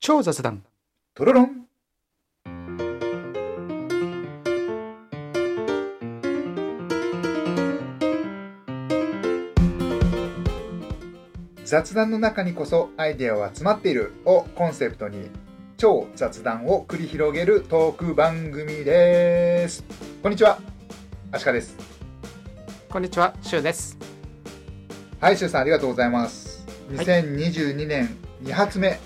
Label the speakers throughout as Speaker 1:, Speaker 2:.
Speaker 1: 超雑談
Speaker 2: トロロン雑談の中にこそアイデアは詰まっているをコンセプトに超雑談を繰り広げるトーク番組ですこんにちはアシカです
Speaker 1: こんにちはシュウです
Speaker 2: はいシュウさんありがとうございます
Speaker 1: はい
Speaker 2: 2022年2発目、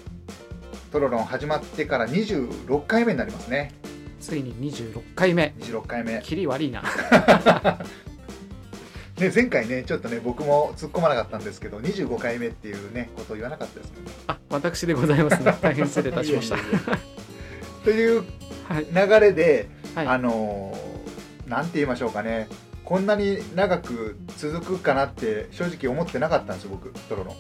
Speaker 2: トロロン始まってから26回目になりますね
Speaker 1: ついに26回目
Speaker 2: 26回目
Speaker 1: キリ悪いな
Speaker 2: ね、前回ね、ちょっとね、僕も突っ込まなかったんですけど、25回目っていうね、ことを言わなかったですけどね。
Speaker 1: あ私でございます ね大変失礼いたしました
Speaker 2: いえい という
Speaker 1: はい
Speaker 2: 流れで、
Speaker 1: はい
Speaker 2: あのーなんて言いましょうかね、こんなに長く続くかなって、正直思ってなかったんですよ、僕、トロロ。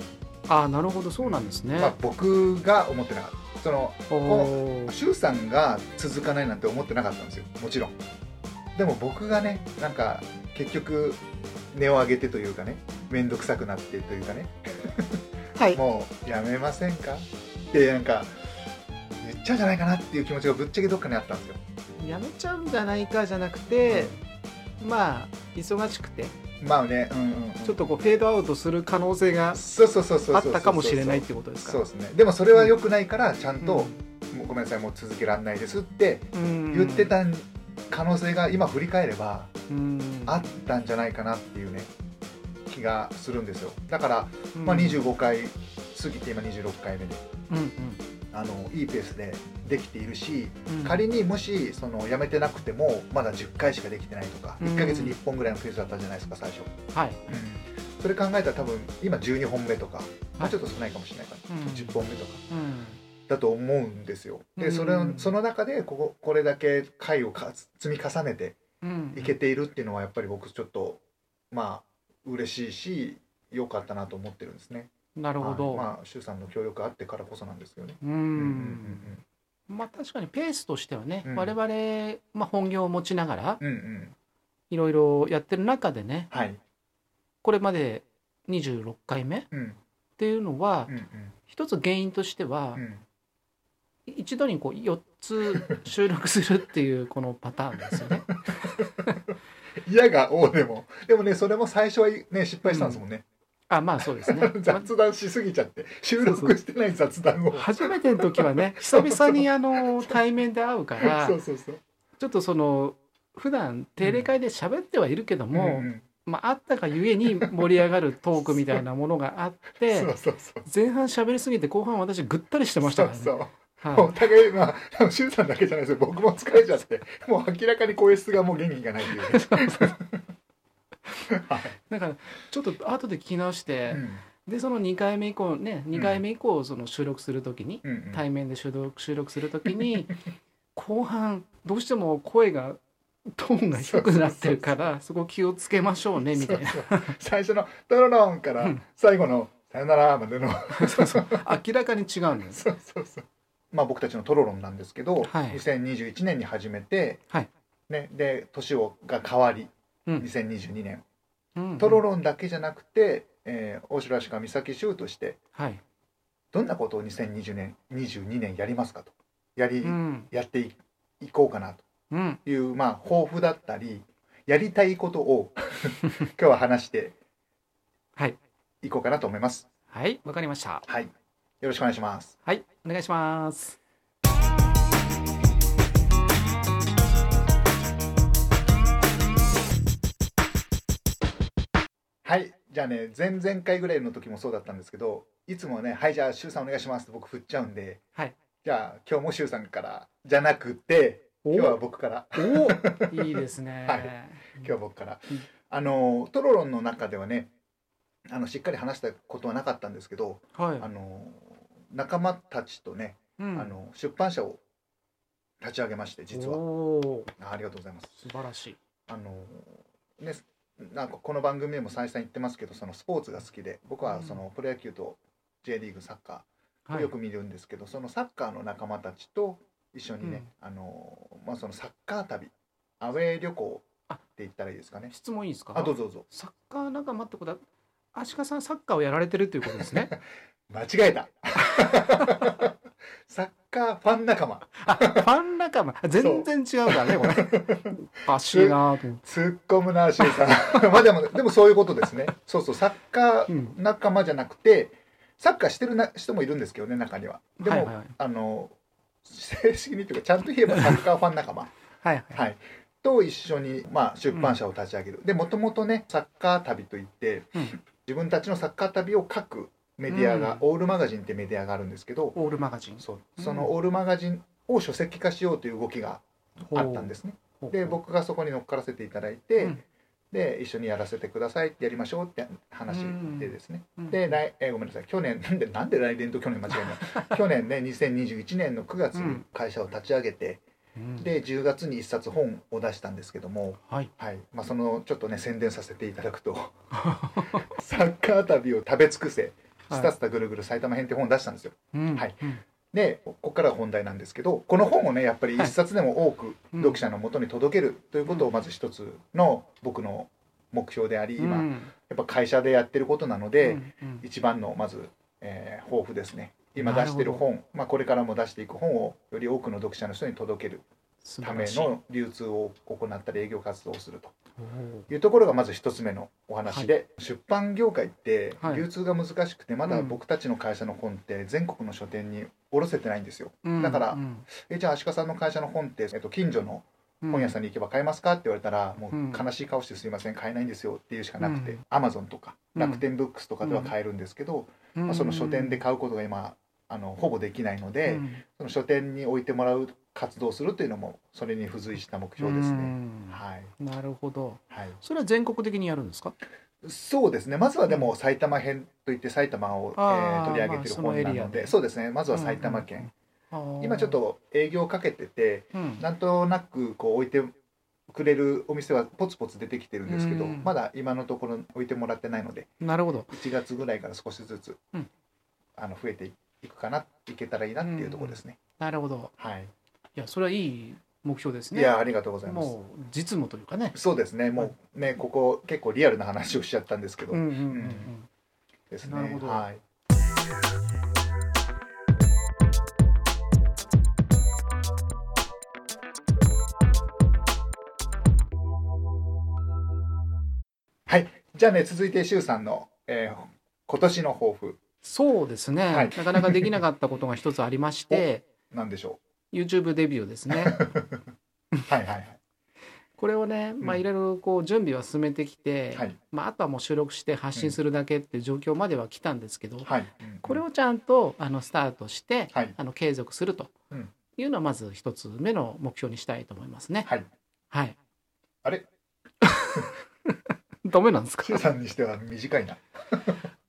Speaker 1: あなるほどそうなんですね、
Speaker 2: まあ、僕が思ってなかった。その、
Speaker 1: おー
Speaker 2: シュウさんが続かないなんて思ってなかったんですよ、もちろん。でも僕がね、なんか、結局、根を上げてというかね、めんどくさくなってというかね、
Speaker 1: はい
Speaker 2: もうやめませんかってなんか言っちゃうんじゃないかなっていう気持ちがぶっちゃけどっかにあったんですよ。
Speaker 1: やめちゃうんじゃないかじゃなくて、まあ忙しくて
Speaker 2: まあね、うんうんうん、
Speaker 1: ちょっとこうフェードアウトする可能性が
Speaker 2: そうそうそうそうそう
Speaker 1: あったかもしれないってことですか
Speaker 2: そうですねでもそれは良くないからちゃんと、
Speaker 1: うん
Speaker 2: もうごめんなさいもう続けられないですって
Speaker 1: うん
Speaker 2: 言ってた可能性が今振り返れば
Speaker 1: うん
Speaker 2: あったんじゃないかなっていうね気がするんですよだから、まあ、
Speaker 1: うん
Speaker 2: 25回過ぎて今26回目で
Speaker 1: うんうん
Speaker 2: あのいいペースでできているし
Speaker 1: うん
Speaker 2: 仮にもしその辞めてなくてもまだ10回しかできてないとか
Speaker 1: うん
Speaker 2: 1ヶ月に1本ぐらいのペースだったじゃないですか最初、
Speaker 1: はい
Speaker 2: それ考えたら多分今12本目とか、
Speaker 1: は
Speaker 2: まあ、
Speaker 1: い
Speaker 2: ちょっと少ないかもしれないから、
Speaker 1: うん
Speaker 2: 10本目とか
Speaker 1: うん
Speaker 2: だと思うんですよ
Speaker 1: う
Speaker 2: で
Speaker 1: ん
Speaker 2: それをその中でこここれだけ回をか積み重ねて
Speaker 1: うん
Speaker 2: いけているっていうのはやっぱり僕ちょっとまあ嬉しいし良かったなと思ってるんですね
Speaker 1: なるほど、
Speaker 2: はいまあ周さんの協力あってからこそなんですよね
Speaker 1: うんまあ確かにペースとしてはね、
Speaker 2: うん
Speaker 1: 我々、まあ、本業を持ちながら
Speaker 2: うんうんうん
Speaker 1: いろいろやってる中でね
Speaker 2: はい
Speaker 1: これまで26回目っ
Speaker 2: うん
Speaker 1: ていうのは、
Speaker 2: うん
Speaker 1: 一つ原因としては
Speaker 2: うんう、ん
Speaker 1: 一度にこう4つ収録するっていう このパターンですよね。
Speaker 2: 嫌が王でもでもねそれも最初はね失敗したんですもんね、。
Speaker 1: あまあそうですね ま
Speaker 2: 雑談しすぎちゃって収録してない雑談を
Speaker 1: 初めての時は ね久々にあの対面で会うから
Speaker 2: そうそうそう
Speaker 1: ちょっとその普段定例会で喋ってはいるけども、
Speaker 2: んん
Speaker 1: まあ、あったがゆえに盛り上がるトークみたいなものがあっ
Speaker 2: そ
Speaker 1: て
Speaker 2: うそうそう
Speaker 1: 前半喋りすぎて後半私ぐったりしてましたからね。
Speaker 2: そうそう
Speaker 1: は
Speaker 2: お互いまあ多分周さんだけじゃないですよ僕も疲れちゃってもう明らかに声質がもう元気がないって いうね、
Speaker 1: い、だからちょっと後で聞き直して
Speaker 2: う、ん
Speaker 1: でその2回目以降ね2回目以降その収録する時に、
Speaker 2: うんうん、
Speaker 1: 対面で収録収録する時に後半どうしても声がトーンが低くなってるからそこ気をつけましょうねみたいな
Speaker 2: そうそう最初の「ドロロン」か
Speaker 1: う
Speaker 2: ら
Speaker 1: ん
Speaker 2: 最後の「さよなら」までの
Speaker 1: そうそう明らかに違うんです。
Speaker 2: そうそうそうまあ僕たちのトロロンなんですけど、
Speaker 1: はい
Speaker 2: 2021年に始めて、
Speaker 1: はい
Speaker 2: ね、で年をが変わり
Speaker 1: うん
Speaker 2: 2022年
Speaker 1: うん
Speaker 2: トロロンだけじゃなくて、えー、大城足美咲修として
Speaker 1: はい
Speaker 2: どんなことを2020年22年やりますかとやり、
Speaker 1: うん
Speaker 2: やっていいこうかな
Speaker 1: うん
Speaker 2: という、まあ、抱負だったりやりたいこと を今日は話して
Speaker 1: はい
Speaker 2: いこうかなと思います。
Speaker 1: はいわかりました。
Speaker 2: はい、よろしくお願いします。
Speaker 1: はい、お願いします。
Speaker 2: はい、じゃあね前々回ぐらいの時もそうだったんですけどいつもはね「はいじゃあ周さんお願いします」って僕振っちゃうんで、
Speaker 1: はい、
Speaker 2: じゃあ今日も周さんからじゃなくて
Speaker 1: お
Speaker 2: 今日は僕から
Speaker 1: お、いいですね。
Speaker 2: はい今日は僕から、
Speaker 1: うん
Speaker 2: あのトロロンの中ではねあのしっかり話したことはなかったんですけど、
Speaker 1: はい、
Speaker 2: あの仲間たちとね、
Speaker 1: うん
Speaker 2: あの出版社を立ち上げまして実は
Speaker 1: おー
Speaker 2: あありがとうございます
Speaker 1: 素晴らしい。
Speaker 2: あのねなんかこの番組でも再三言ってますけどそのスポーツが好きで僕はそのプロ野球と J リーグサッカーを
Speaker 1: はい
Speaker 2: よく見るんですけど、そのサッカーの仲間たちと一緒にね、あのまあ、そのサッカー旅アウェー旅行って言ったらいいですかね
Speaker 1: 質問いいですか。
Speaker 2: あどうぞどうぞ
Speaker 1: サッカー仲間ってことは、 アシカさんサッカーをやられてるっていうことですね。
Speaker 2: 間違えたサッカーファン仲間。
Speaker 1: あ ファン仲間全然違うからねこ れおかしいなと思って
Speaker 2: 突っ込むな、シュウさん。ま あでも、でもそういうことですね。そうそう、サッカ
Speaker 1: う
Speaker 2: ー
Speaker 1: ん
Speaker 2: 仲間じゃなくて、サッカーしてるな人もいるんですけどね、中には。でも、
Speaker 1: はいはいはい
Speaker 2: あの、正式にというか、ちゃんと言えばサッカーファン仲間。
Speaker 1: はいはい
Speaker 2: はい。と一緒に、まあ、出版社を立ち上げる。で、もともとね、サッカー旅といって、
Speaker 1: うん
Speaker 2: 自分たちのサッカー旅を書くメディアが、オールマガジンってメディアがあるんですけど、
Speaker 1: オールマガジン
Speaker 2: そうそのオールマガジンを書籍化しようという動きがあったんですね。で僕がそこに乗っからせていただいて、
Speaker 1: うん
Speaker 2: で一緒にやらせてくださいってやりましょうって話でですね、で
Speaker 1: 来
Speaker 2: 来えごめんなさい去年なんでなんで来年と去年間違 えない去年ね2021年の9月
Speaker 1: う
Speaker 2: に
Speaker 1: ん
Speaker 2: 会社を立ち上げて、で10月に1冊本を出したんですけども、
Speaker 1: はい
Speaker 2: はいまあ、そのちょっとね宣伝させていただくと サッカー旅を食べ尽くせスタスタぐるぐる埼玉編って本を出したんですよ。はいでここからが本題なんですけどこの本をねやっぱり一冊でも多く
Speaker 1: うん
Speaker 2: 読者のもとに届けるということをまず一つの僕の目標であり今やっぱ会社でやってることなので一番のまず、えー抱負ですね今出してる
Speaker 1: なるほ
Speaker 2: 本、まあ、これからも出していく本をより多くの読者の人に届けるための流通を行ったり営業活動をするというところがまず一つ目のお話で、出版業界って
Speaker 1: はい
Speaker 2: 流通が難しくてまだ
Speaker 1: うん
Speaker 2: 僕たちの会社の本って全国の書店に卸せてないんですよ。だからえじゃあ足利さんの会社の本って、えっと、近所の本屋さんに行けば買えますかって言われたら、
Speaker 1: う
Speaker 2: も
Speaker 1: ん
Speaker 2: う悲しい顔してすいません買えないんですよっていうしかなくて、
Speaker 1: うん
Speaker 2: Amazon とか
Speaker 1: うん
Speaker 2: 楽天ブックスとかでは買えるんですけど、
Speaker 1: ん
Speaker 2: まあ、その書店で買うことが今あのほぼできないので、その書店に置いてもらう活動をするというのもそれに付随した目標ですね。はい
Speaker 1: なるほど
Speaker 2: はい、
Speaker 1: それは全国的にやるんですか
Speaker 2: そうですねまずはでも埼玉編といって埼玉を、えー
Speaker 1: あー
Speaker 2: 取り上げてる
Speaker 1: まあその
Speaker 2: 本
Speaker 1: エ
Speaker 2: な
Speaker 1: リア
Speaker 2: ので、
Speaker 1: で
Speaker 2: そうですねまずは埼玉県、今ちょっと営業かけてて、なんとなくこう置いてくれるお店はポツポツ出てきてるんですけど、
Speaker 1: うん
Speaker 2: まだ今のところ置いてもらってないので
Speaker 1: なるほど
Speaker 2: 1月ぐらいから少しずつ、
Speaker 1: うん
Speaker 2: あの増えていくかないけたらいいなっていうところですね、
Speaker 1: なるほど
Speaker 2: はい、
Speaker 1: いやそれはいい目標ですね
Speaker 2: いやありがとうございます
Speaker 1: もう実務というかね
Speaker 2: そうですねもうねここ結構リアルな話をしちゃったんですけど、
Speaker 1: うんうんうん
Speaker 2: ですね
Speaker 1: なるほど
Speaker 2: はいはいじゃあね続いてしゅうさんの、えー今年の抱負
Speaker 1: そうですね、
Speaker 2: はい
Speaker 1: なかなかできなかったことが一つありまして
Speaker 2: なんでしょ
Speaker 1: YouTube デビューです ね
Speaker 2: うはいは いはい
Speaker 1: これをね、まあ、
Speaker 2: うん
Speaker 1: いろいろこう準備は進めてきて、
Speaker 2: はい
Speaker 1: まあ、あとはもう収録して発信するだけっていう状況までは来たんですけど、
Speaker 2: はい、うん
Speaker 1: これをちゃんとあのスタートして、
Speaker 2: はい
Speaker 1: あの継続すると
Speaker 2: うん
Speaker 1: いうのはまず一つ目の目標にしたいと思いますね。
Speaker 2: はい
Speaker 1: はい、
Speaker 2: あれ
Speaker 1: ダメなん ですか
Speaker 2: しゅうさんにしては短いな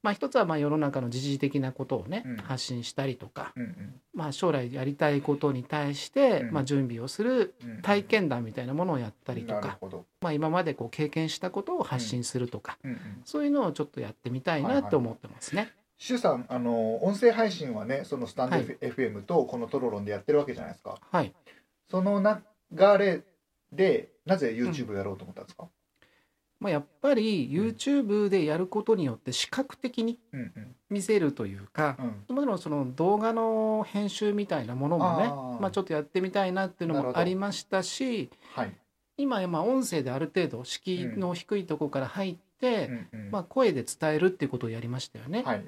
Speaker 1: まあ一つはまあ世の中の時事的なことをね、
Speaker 2: うん
Speaker 1: 発信したりとか、
Speaker 2: うん
Speaker 1: まあ、将来やりたいことに対して、
Speaker 2: うん
Speaker 1: まあ、準備をする
Speaker 2: うんうん
Speaker 1: 体験談みたいなものをやったりと
Speaker 2: なる
Speaker 1: か、
Speaker 2: ほど、
Speaker 1: まあ、今までこう経験したことを発信するとか、
Speaker 2: うんうん
Speaker 1: そういうのをちょっとやってみたいなと思ってますね。
Speaker 2: シュウさんあの音声配信はねそのスタンド F- FM とこのトロロンでやってるわけじゃないですか
Speaker 1: はい、
Speaker 2: その流れでなぜ YouTube をやろうと思ったんですか、
Speaker 1: まあ、やっぱり YouTube でやることによって視覚的に
Speaker 2: うんうん
Speaker 1: 見せるというか、
Speaker 2: うん
Speaker 1: もちろんその動画の編集みたいなものもね
Speaker 2: あー
Speaker 1: まあ、ちょっとやってみたいなっていうの
Speaker 2: なるほ
Speaker 1: も
Speaker 2: ど
Speaker 1: ありましたし
Speaker 2: はい、
Speaker 1: 今まあ音声である程度敷居の低いところから入って、
Speaker 2: うんうん
Speaker 1: まあ、声で伝えるっていうことをやりましたよね。
Speaker 2: はい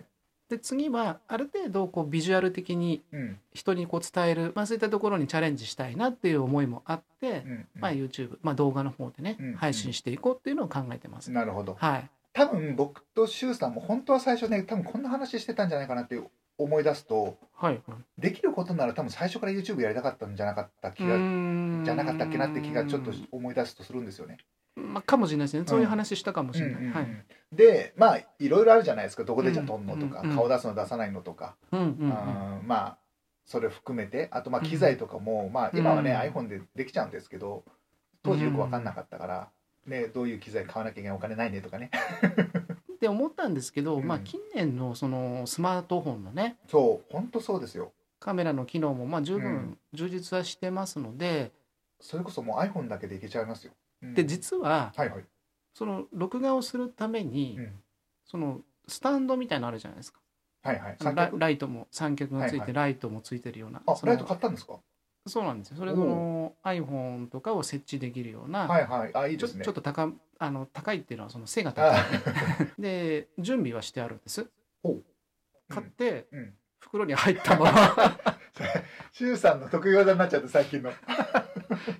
Speaker 1: で次はある程度こうビジュアル的に
Speaker 2: うん
Speaker 1: 人にこう伝える、まあ、そういったところにチャレンジしたいなっていう思いもあって
Speaker 2: う、んうん
Speaker 1: まあ、YouTube、まあ、動画の方でね、
Speaker 2: うん
Speaker 1: 配信していこうっていうのを考えてます。
Speaker 2: なるほど
Speaker 1: はい、
Speaker 2: 多分僕とシュウさんも本当は最初ね多分こんな話してたんじゃないかなって思い出すと
Speaker 1: はい、
Speaker 2: できることなら多分最初から YouTube やりたかったんじゃなかった気が、じ
Speaker 1: じ
Speaker 2: ゃなかったっけなって気がちょっと思い出すとするんですよね。
Speaker 1: まあ、かもしれないですねそういう話したかもしれない、
Speaker 2: うんうんうん
Speaker 1: はい、
Speaker 2: でまあいろいろあるじゃないですかどこでじゃ撮んのとか、
Speaker 1: うんうん
Speaker 2: 顔出すの出さないのとか、
Speaker 1: うんうんうん
Speaker 2: あーまあそれ含めてあとまあ機材とかも、まあ今はね、
Speaker 1: うん
Speaker 2: iPhone でできちゃうんですけど当時よく分かんなかったから、ね、どういう機材買わなきゃいけないお金ないねとかね
Speaker 1: って思ったんですけど、
Speaker 2: うん
Speaker 1: まあ、近年のそのスマートフォンのね
Speaker 2: そう本当そうですよ
Speaker 1: カメラの機能もまあ十
Speaker 2: うん
Speaker 1: 分充実はしてますので、
Speaker 2: それこそもう iPhone だけでいけちゃいますよ、うん
Speaker 1: で実は
Speaker 2: はいはい、
Speaker 1: その録画をするために、
Speaker 2: うん
Speaker 1: そのスタンドみたいなのあるじゃないですか
Speaker 2: はいはい
Speaker 1: あの
Speaker 2: 三
Speaker 1: ラ
Speaker 2: 脚
Speaker 1: ライトも三脚がついて、
Speaker 2: はいはい
Speaker 1: ライトもついてるような
Speaker 2: あ
Speaker 1: その
Speaker 2: ライト買ったんですか
Speaker 1: そうなんですよそれ
Speaker 2: お
Speaker 1: その iPhone とかを設置できるような、
Speaker 2: はいはいあいい
Speaker 1: ち
Speaker 2: で
Speaker 1: ょ
Speaker 2: すね
Speaker 1: ちょっと高あの高いっていうのはその背が高い
Speaker 2: あ
Speaker 1: で準備はしてあるんです
Speaker 2: ほう
Speaker 1: 買って、
Speaker 2: うんうん
Speaker 1: 袋に入ったまま
Speaker 2: シュウさんの得意技になっちゃった最近の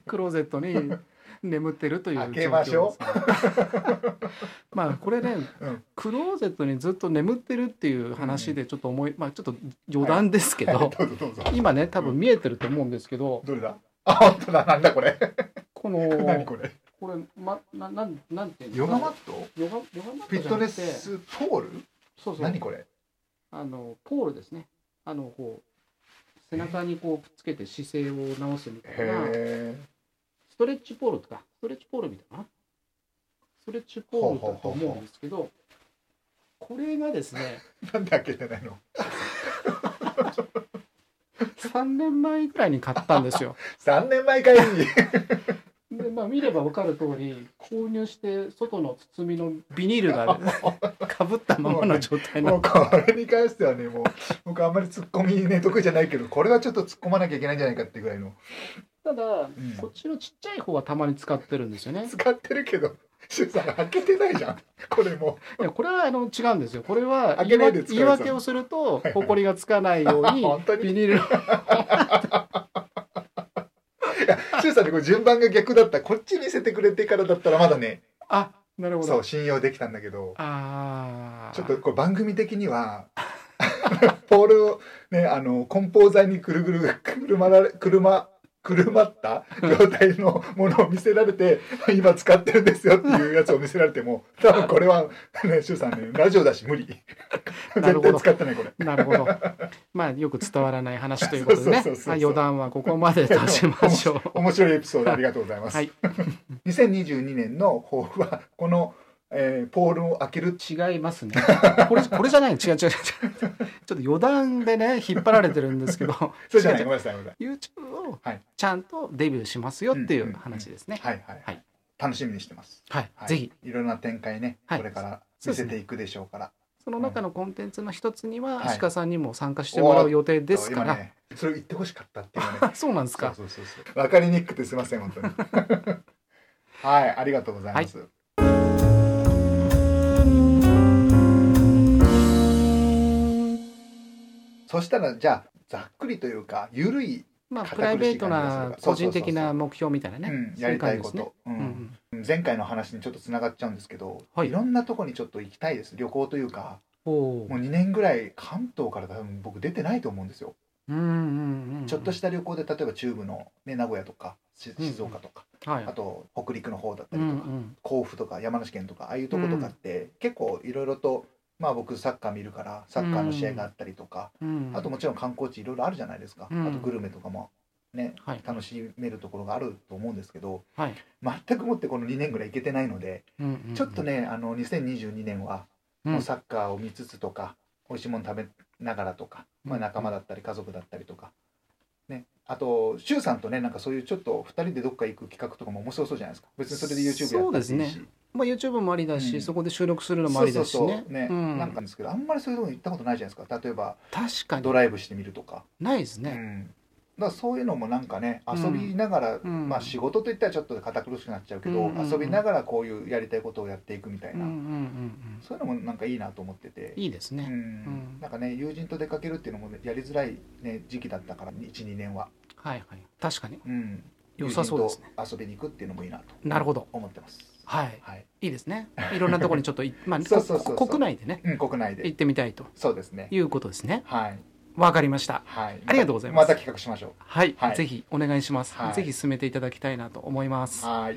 Speaker 1: クローゼット に眠ってるという状況
Speaker 2: 開けましょ
Speaker 1: ですまあこれね、
Speaker 2: うん
Speaker 1: クローゼットにずっと眠ってるっていう話でちょっと思い、まあちょっと余談ですけど、
Speaker 2: はい どうぞどうぞ
Speaker 1: 今ね多分見えてると思うんですけど、
Speaker 2: どれだあ本当だなんだこれ
Speaker 1: こ
Speaker 2: 何
Speaker 1: の
Speaker 2: これ
Speaker 1: これまななんなんていうんです
Speaker 2: ヨ
Speaker 1: か
Speaker 2: ガマット
Speaker 1: ヨガヨガマッ
Speaker 2: フィ
Speaker 1: トじゃ
Speaker 2: ット
Speaker 1: な
Speaker 2: ネ
Speaker 1: くて
Speaker 2: スポール
Speaker 1: そうそう
Speaker 2: 何これ
Speaker 1: あのポールですねあのこう背中にこうくっつけて姿勢を直すみたいな
Speaker 2: へ
Speaker 1: ストレッチポールとかストレッチポールみたいなストレッチポールだと思うんですけどこれがです ね
Speaker 2: えなんで開けてないの
Speaker 1: 3年前ぐらいに買ったんですよ
Speaker 2: 三年前かい に
Speaker 1: でまあ見れば分かる通り購入して外の包みのビニールが かぶったままの状態な
Speaker 2: もうこれに関してはねもう僕あんまり突っ込みね得意じゃないけどこれはちょっと突っ込まなきゃいけないんじゃないかってぐらいの
Speaker 1: ただ、
Speaker 2: ん
Speaker 1: こっちのちっちゃい方はたまに使ってるんですよね。
Speaker 2: 使ってるけどシュウさん開けてないじゃんこれも
Speaker 1: いやこれはあの違うんですよ。これは言
Speaker 2: 開け
Speaker 1: い
Speaker 2: ないで
Speaker 1: 訳
Speaker 2: 使う
Speaker 1: 言い訳をすると、
Speaker 2: はい
Speaker 1: 埃がつかないよう に
Speaker 2: 本当に
Speaker 1: ビニールの
Speaker 2: シュウさんねこれ順番が逆だったこっち見せてくれてからだったらまだね
Speaker 1: あなるほ
Speaker 2: そ
Speaker 1: ど
Speaker 2: う。信用できたんだけど
Speaker 1: ああ
Speaker 2: ちょっとこれ番組的には ポールをねあの梱包材にくるぐるくるまられくるまくるまった状態のものを見せられて今使ってるんですよっていうやつを見せられて も多分これはねシュウさんねラジオだし無理
Speaker 1: なる
Speaker 2: 絶
Speaker 1: ほ
Speaker 2: 対
Speaker 1: ど
Speaker 2: 使ってないこれ
Speaker 1: なるほ ど。まあよく伝わらない話ということでね。
Speaker 2: そうそうそうそう
Speaker 1: まあ余談はここまでとしましょう。
Speaker 2: 面白いエピソードありがとうご ざいます、
Speaker 1: はい。
Speaker 2: 2022年の抱負はこの、えーポールを開ける
Speaker 1: 違いますね。これこれじゃない。違う違う違う。ちょっと余談でね引っ張られてるんですけど。
Speaker 2: それじゃない
Speaker 1: 違
Speaker 2: ご
Speaker 1: う違う
Speaker 2: めんなさいごめんなさ
Speaker 1: YouTube を
Speaker 2: はい
Speaker 1: ちゃんとデビューしますよっていう話ですね。
Speaker 2: いはいはい、
Speaker 1: はい
Speaker 2: 楽しみにしてます
Speaker 1: はい
Speaker 2: は。い、
Speaker 1: ぜひ
Speaker 2: いろんな展開ね、
Speaker 1: はい
Speaker 2: これから
Speaker 1: そうで
Speaker 2: 見
Speaker 1: す
Speaker 2: せ
Speaker 1: ね
Speaker 2: ていくでしょうから
Speaker 1: その中のコンテンツの一つには、
Speaker 2: はい
Speaker 1: 鹿さんにも参加してもらう予定ですか
Speaker 2: 今
Speaker 1: ら。
Speaker 2: ねそれを言ってほしかったっていうね
Speaker 1: そうなんですか。
Speaker 2: そうそうそうそうわかりにくくてすいません本当に はいありがとうございます、そしたらじゃあざっくりというかゆるい、
Speaker 1: まあ、
Speaker 2: 堅苦しい
Speaker 1: プライベート
Speaker 2: 感じ
Speaker 1: な
Speaker 2: がする
Speaker 1: 個人的な目標みたいなね。
Speaker 2: うん、
Speaker 1: そう
Speaker 2: や
Speaker 1: いう
Speaker 2: りた
Speaker 1: 感じ
Speaker 2: い
Speaker 1: で
Speaker 2: こ
Speaker 1: す
Speaker 2: と、
Speaker 1: ね。
Speaker 2: う
Speaker 1: うんんうん
Speaker 2: 前回の話にちょっとつながっちゃうんですけど、
Speaker 1: はい
Speaker 2: いろんなとこにちょっと行きたいです旅行というか
Speaker 1: おー
Speaker 2: もう2年ぐらい関東から多分僕出てないと思うんですよ
Speaker 1: うんうんうん
Speaker 2: ちょっとした旅行で例えば中部の、ね、名古屋とかし
Speaker 1: うん
Speaker 2: 静岡とか、
Speaker 1: た。はい
Speaker 2: あ。と北陸の方だった
Speaker 1: う
Speaker 2: り
Speaker 1: ん
Speaker 2: と
Speaker 1: う
Speaker 2: か、
Speaker 1: ん。
Speaker 2: 甲府とか山梨県とかああいうとことかって、結構いろいろと、まあ、僕サッカー見るからサッカーの試合があったりとか、
Speaker 1: うん。
Speaker 2: あともちろん観光地いろいろあるじゃないですか、
Speaker 1: うん
Speaker 2: あとグルメとかも、ね、
Speaker 1: はい。
Speaker 2: 楽しめるところがあると思うんですけど
Speaker 1: はい。
Speaker 2: 全くもってこの2年ぐらい行けてないので、
Speaker 1: うんうんうん
Speaker 2: ちょっと。ねあの2022年は
Speaker 1: うん
Speaker 2: もうサッカーを見つつとか、美味しいもの食べながらとか、まあ、
Speaker 1: うん
Speaker 2: 仲間だったり家族だったりとか、ね、あと柊さんとねなんかそういうちょっと2人でどっか行く企画とかも面白そうじゃないですか別にそれで YouTube やったりし
Speaker 1: そうですまあ、YouTube もありだ
Speaker 2: う
Speaker 1: し、
Speaker 2: ん
Speaker 1: そこで収録するのも
Speaker 2: そ
Speaker 1: あ
Speaker 2: う
Speaker 1: り
Speaker 2: そ
Speaker 1: だ
Speaker 2: う
Speaker 1: し
Speaker 2: そう
Speaker 1: ね
Speaker 2: ね。
Speaker 1: う
Speaker 2: なんか
Speaker 1: ん。
Speaker 2: ですけどあんまりそういうとこ行ったことないじゃないですか例えば
Speaker 1: 確かに
Speaker 2: ド。ライブしてみるとか、
Speaker 1: ないです
Speaker 2: う
Speaker 1: ね。
Speaker 2: ん、だからそういうのもなんかね
Speaker 1: ん
Speaker 2: 遊びながら、
Speaker 1: うん
Speaker 2: まあ仕事といったらちょっと堅苦しくなっちゃうけど、
Speaker 1: うんうんうん
Speaker 2: 遊びながらこういうやりたいことをやっていくみたい
Speaker 1: うんう
Speaker 2: な、
Speaker 1: んうん
Speaker 2: そういうのもなんかいいなと思ってて
Speaker 1: うん。いいです
Speaker 2: う
Speaker 1: ね。
Speaker 2: ん
Speaker 1: うん
Speaker 2: なんかね友人と出かけるっていうのもねやりづらい、ね、時期だったから12年は、
Speaker 1: はいはい。確かに。
Speaker 2: うん、
Speaker 1: 良さそうですね。
Speaker 2: 友人と遊びに行くっていうのもいいなと
Speaker 1: なるほど。
Speaker 2: 思ってます、
Speaker 1: はい。
Speaker 2: はい
Speaker 1: いいですね。いろんなところにちょっとい、 まあ、
Speaker 2: そうそうそうそう
Speaker 1: こ国内でね、
Speaker 2: うん、国内で
Speaker 1: 行ってみたいと
Speaker 2: そうですね
Speaker 1: いうことですね。
Speaker 2: はい、
Speaker 1: わかりました。
Speaker 2: はい、
Speaker 1: ありがとうございます
Speaker 2: また企画しましょ
Speaker 1: はい、
Speaker 2: はい
Speaker 1: ぜひお願いします、
Speaker 2: はい
Speaker 1: ぜひ進めていただきたいなと思います。
Speaker 2: うはい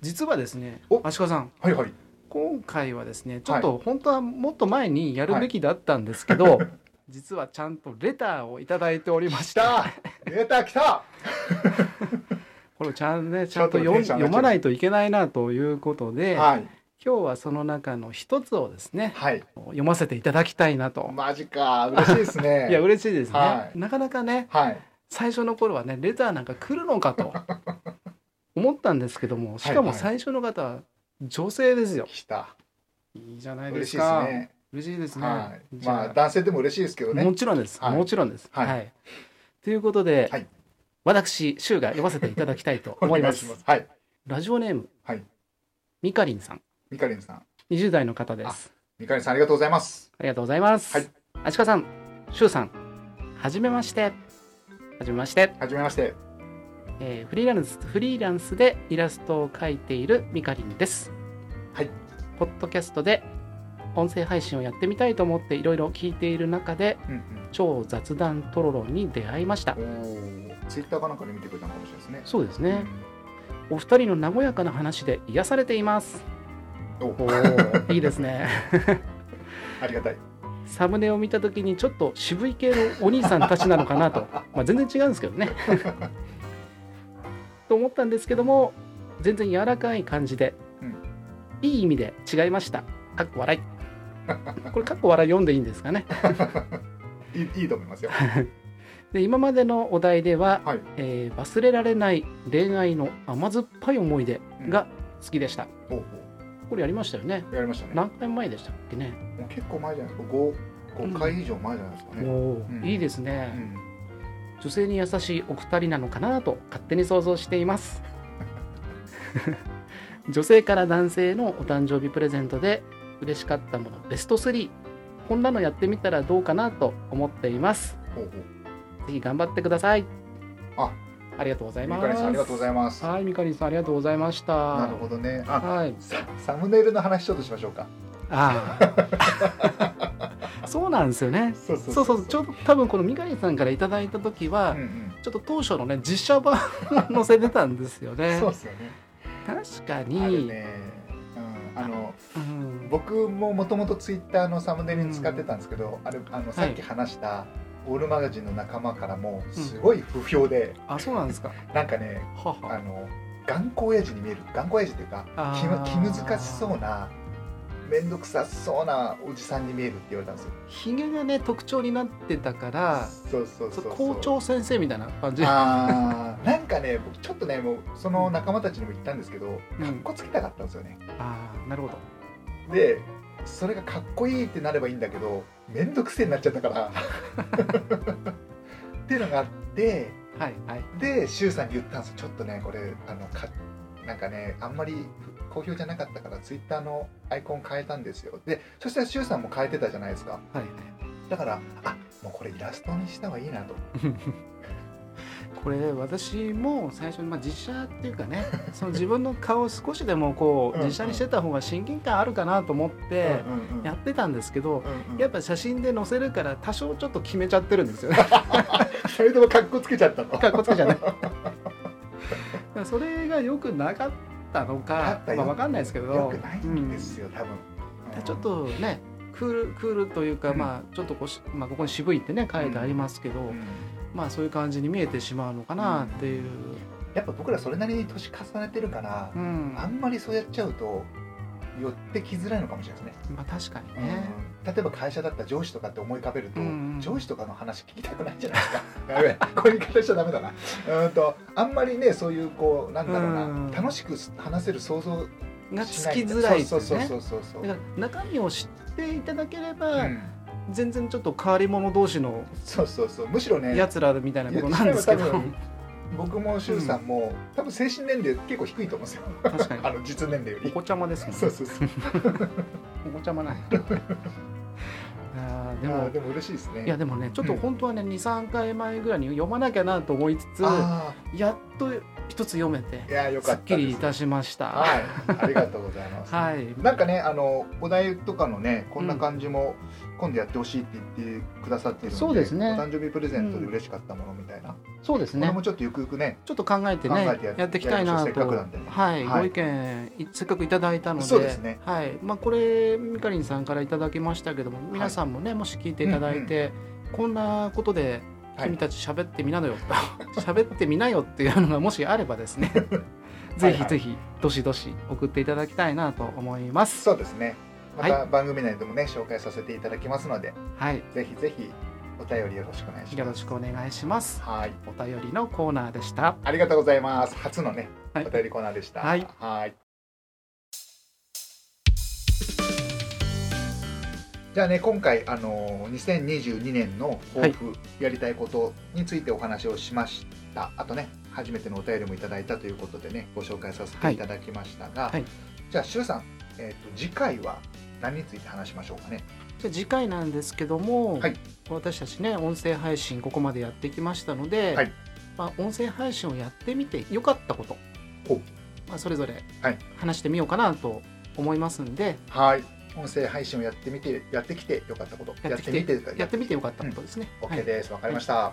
Speaker 1: 実はですね
Speaker 2: お、
Speaker 1: 足利さん、
Speaker 2: はいはい
Speaker 1: 今回はですね、ちょっと本当はもっと前にやるべきだったんですけど、 実はちゃんとレターをいただいておりま
Speaker 2: 来
Speaker 1: した。
Speaker 2: たレター来た
Speaker 1: これをちゃんね、ちゃんと読ん
Speaker 2: ちょっとテンション上が
Speaker 1: 読
Speaker 2: っちゃう
Speaker 1: まないといけないなということで、
Speaker 2: はい
Speaker 1: 今日はその中の一つをですね、
Speaker 2: はい
Speaker 1: 読ませていただきたいなと。
Speaker 2: マジか嬉しいですね
Speaker 1: いや嬉しいですね、
Speaker 2: はい
Speaker 1: なかなかね
Speaker 2: はい
Speaker 1: 最初の頃はねレターなんか来るのか と思ったんですけどもしかも最初の方は女性ですよ、
Speaker 2: 来た
Speaker 1: いい、じゃないで
Speaker 2: 嬉し
Speaker 1: す
Speaker 2: いです
Speaker 1: か
Speaker 2: ね
Speaker 1: 嬉しいですね
Speaker 2: はい
Speaker 1: じゃ
Speaker 2: まあ男性でも嬉しいですけどね
Speaker 1: もちろんです、
Speaker 2: はい
Speaker 1: もちろんです
Speaker 2: は
Speaker 1: はいい、ということで、
Speaker 2: はい
Speaker 1: 私柊が読ませていただきた いと思います
Speaker 2: お願はい
Speaker 1: ラジオネーム、
Speaker 2: はい
Speaker 1: みかりんさん
Speaker 2: ミカリンさん
Speaker 1: 20代の方です
Speaker 2: ミカリンさんありがとうございます
Speaker 1: ありがとうございます、
Speaker 2: はい
Speaker 1: あちかさん柊さんはじめましてはじめまして、
Speaker 2: はじめまして
Speaker 1: えーフリーランスフリーランスでイラストを描いているみかりんです
Speaker 2: はい
Speaker 1: ポッドキャストで音声配信をやってみたいと思っていろいろ聞いている中で
Speaker 2: うん
Speaker 1: 超雑談トロロに出会いました
Speaker 2: うんおーツイッターかなんかで見てくれたのかもしれないですね
Speaker 1: そうですねお二人の和やかな話で癒されています
Speaker 2: うんお
Speaker 1: おー いいですね
Speaker 2: ありがたい
Speaker 1: サムネを見た時にちょっと渋い系のお兄さんたちなのか なと、まあ、全然違うんですけどね と思ったんですけども全然柔らかい感じで、
Speaker 2: うん
Speaker 1: いい意味で違いましたかっこ笑いこれかっこ笑い読んでいいんですかね
Speaker 2: いいいいと思いますよ
Speaker 1: で今までのお題では、
Speaker 2: はい
Speaker 1: えー忘れられない恋愛の甘酸っぱい思い出が好きでした、
Speaker 2: おお
Speaker 1: これやりましたよね
Speaker 2: やりましたね
Speaker 1: 何回前でしたっけね
Speaker 2: もう結構前じゃないですか五五回以上前じゃないですか
Speaker 1: お
Speaker 2: ね、
Speaker 1: おー、
Speaker 2: うん
Speaker 1: いいです
Speaker 2: う
Speaker 1: ね、
Speaker 2: ん
Speaker 1: 女性に優しいお二人なのかなと勝手に想像しています 女性から男性のお誕生日プレゼントで嬉しかったものベスト3こんなのやってみたらどうかなと思っています
Speaker 2: ほうほう
Speaker 1: ぜひ頑張ってください
Speaker 2: あ
Speaker 1: ありがとうござい
Speaker 2: ミ
Speaker 1: ます
Speaker 2: カリンさんありがとうございます
Speaker 1: はいみかりんさんありがとうございました
Speaker 2: なるほどねあ
Speaker 1: はい
Speaker 2: さサムネイルの話ちょっとしましょうか
Speaker 1: あ あそうなんですよね
Speaker 2: そうそ
Speaker 1: そうそうちょっと多分このみかりんさんからいただいた時は、
Speaker 2: うんうん
Speaker 1: ちょっと当初のね実写版を載せてたんですよね
Speaker 2: そうですよね
Speaker 1: 確か
Speaker 2: あれ
Speaker 1: に、
Speaker 2: ねうんあの
Speaker 1: うん、
Speaker 2: 僕ももともとツイッターのサムネイルに使ってたんですけど、あれあのさっき話したオールマガジンの仲間からもすごい不評で、
Speaker 1: あそうなんですか
Speaker 2: なんかね
Speaker 1: は
Speaker 2: あ
Speaker 1: は
Speaker 2: の頑固親父に見える頑固親父っていうか
Speaker 1: あ
Speaker 2: 気
Speaker 1: ー
Speaker 2: ま気難しそうな面倒くさそうなおじさんに見えるって言われたんですよ
Speaker 1: ひげがね特徴になってたから
Speaker 2: そうそうそうそう
Speaker 1: 校長先生みたいな感じ
Speaker 2: あーなんかね僕ちょっとねもうその仲間たちにも言ったんですけど
Speaker 1: うん
Speaker 2: かっこつけたかったんですよね
Speaker 1: あーなるほど
Speaker 2: でそれがかっこいいってなればいいんだけど面倒くせえになっちゃったからっていうのがあって
Speaker 1: はいはい
Speaker 2: で周さんに言ったんですよちょっとねこれあのかなんかねあんまり好評じゃなかったからツイッターのアイコン変えたんですよでそしたら周さんも変えてたじゃないですか
Speaker 1: はいはい
Speaker 2: だからあもうこれイラストにした方がいいなと
Speaker 1: これ私も最初に、まあ、実写っていうか ねその自分の顔を少しでもこう
Speaker 2: うんうん
Speaker 1: 実写にしてた方が親近感あるかなと思ってやってたんですけどやっぱ写真で載せるから多少ちょっと決めちゃってるんですよね
Speaker 2: それでもかっこつけちゃったの
Speaker 1: かっこつけちゃねそれが良くなかったのかまあ、分かんないですけど
Speaker 2: よくないんですよ、多分
Speaker 1: うんちょっとねクールクールというか、
Speaker 2: うん
Speaker 1: まあちょっとこうし、まあ、ここに渋いってね書いてありますけど、
Speaker 2: うん
Speaker 1: まあそういう感じに見えてしまうのかなっていう、
Speaker 2: やっぱ僕らそれなりに年重ねてるから、
Speaker 1: うん
Speaker 2: あんまりそうやっちゃうと寄ってきづらいのかもしれないですね、
Speaker 1: まあ確かに
Speaker 2: う
Speaker 1: ね、
Speaker 2: ん例えば会社だったら上司とかって思い浮かべると、
Speaker 1: うんうん
Speaker 2: 上司とかの話聞きたくないんじゃない ですかやべえ こういう言い方しちゃダメだなうーんとあんまりねそういうこうなんだろうな、
Speaker 1: うん
Speaker 2: 楽しく話せる想像
Speaker 1: が
Speaker 2: し
Speaker 1: つ
Speaker 2: ない
Speaker 1: きづらいって
Speaker 2: そう
Speaker 1: いう
Speaker 2: そう
Speaker 1: ね
Speaker 2: そうそうそう
Speaker 1: だから中身を知っていただけれ
Speaker 2: う
Speaker 1: ば、
Speaker 2: ん
Speaker 1: 全然ちょっと変わり者同士の
Speaker 2: そうそうそうむしろね
Speaker 1: やつらみたいなことなんですけ
Speaker 2: いや
Speaker 1: ど
Speaker 2: 多分僕も周さんも、多分精神年齢結構低いと思うんですよ
Speaker 1: 確 かに
Speaker 2: あの実年齢よ
Speaker 1: お
Speaker 2: り
Speaker 1: 子ちゃまですもんね
Speaker 2: そうそうそう
Speaker 1: お子ちゃまない あーで
Speaker 2: でも
Speaker 1: も
Speaker 2: でも嬉しいですね
Speaker 1: いやでもねちょっと本当はね、23回前ぐらいに読まなきゃなと思いつつ
Speaker 2: あ
Speaker 1: やっと一つ読めて
Speaker 2: ーいやよ
Speaker 1: す
Speaker 2: か
Speaker 1: っ
Speaker 2: った
Speaker 1: き
Speaker 2: です
Speaker 1: りいたしました
Speaker 2: はいありがとうございます、
Speaker 1: はい
Speaker 2: なんかねあのお題とかのねこんな感じも今度やってほしいって言ってくださってるので,、
Speaker 1: そうですね
Speaker 2: お誕生日プレゼントで嬉しかったものみたいな、
Speaker 1: そうです
Speaker 2: これ
Speaker 1: ね
Speaker 2: もちょっとゆくゆくね
Speaker 1: ちょっと考えてね
Speaker 2: 考えてやっ
Speaker 1: やっていきたいな
Speaker 2: やりましょうせっか
Speaker 1: と
Speaker 2: くなんでね
Speaker 1: はい、
Speaker 2: はい
Speaker 1: ご意見いせっかくいただいたので
Speaker 2: そうですね
Speaker 1: はいまあ、これみかりんさんからいただきましたけども皆さんもね、もし聞いていただいて、こんなことで
Speaker 2: はい
Speaker 1: 君たち喋ってみなのよ、 喋ってみなよっていうのがもしあればです ねぜひぜひどしどし送っていただきたいなと思います。
Speaker 2: そうですねま
Speaker 1: はい
Speaker 2: た番組内でもね紹介させていただきますので、
Speaker 1: はい、
Speaker 2: ぜひぜひお便りよろしくお願いし
Speaker 1: よ
Speaker 2: ま
Speaker 1: ろ
Speaker 2: す
Speaker 1: しくお願いします
Speaker 2: はい
Speaker 1: お便りのコーナーでした
Speaker 2: ありがとうございます初のね、
Speaker 1: はい
Speaker 2: お便りコーナーでした
Speaker 1: はい
Speaker 2: はいじゃあね今回あのー2022年の抱負、やりたいことについてお話をしましたあとね初めてのお便りもいただいたということでねご紹介させていただきましたが、
Speaker 1: はい
Speaker 2: じゃあしゅうさん、えー、と次回は何について話しましょうかね
Speaker 1: じゃあ次回なんですけども、
Speaker 2: はい
Speaker 1: 私たちね音声配信ここまでやってきましたので、
Speaker 2: はい
Speaker 1: まあ、音声配信をやってみて良かったこと
Speaker 2: ほう、
Speaker 1: まあ、それぞれ
Speaker 2: はい
Speaker 1: 話してみようかなと思いますんで、
Speaker 2: はい音声配信をやってみてやってきてよかったこと
Speaker 1: やってきて
Speaker 2: というか
Speaker 1: やってみて良かったことですね。は
Speaker 2: OK
Speaker 1: い、
Speaker 2: です、わかりましたは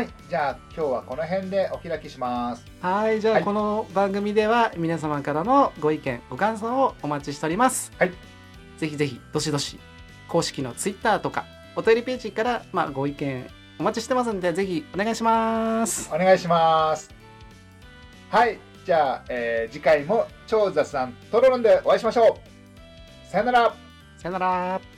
Speaker 2: いい、じゃあ今日はこの辺でお開きします
Speaker 1: はいじゃ
Speaker 2: は
Speaker 1: あ
Speaker 2: い
Speaker 1: この番組では皆様からのご意見ご感想をお待ちしております。
Speaker 2: はい、
Speaker 1: ぜひぜひどしどし公式のツイッターとかお便りページから、まあ、ご意見お待ちしてますんでぜひお願いします。
Speaker 2: お願いしますはいじゃあ、えー次回も長座さんとろろんでお会いしましょうさよなら
Speaker 1: さよなら。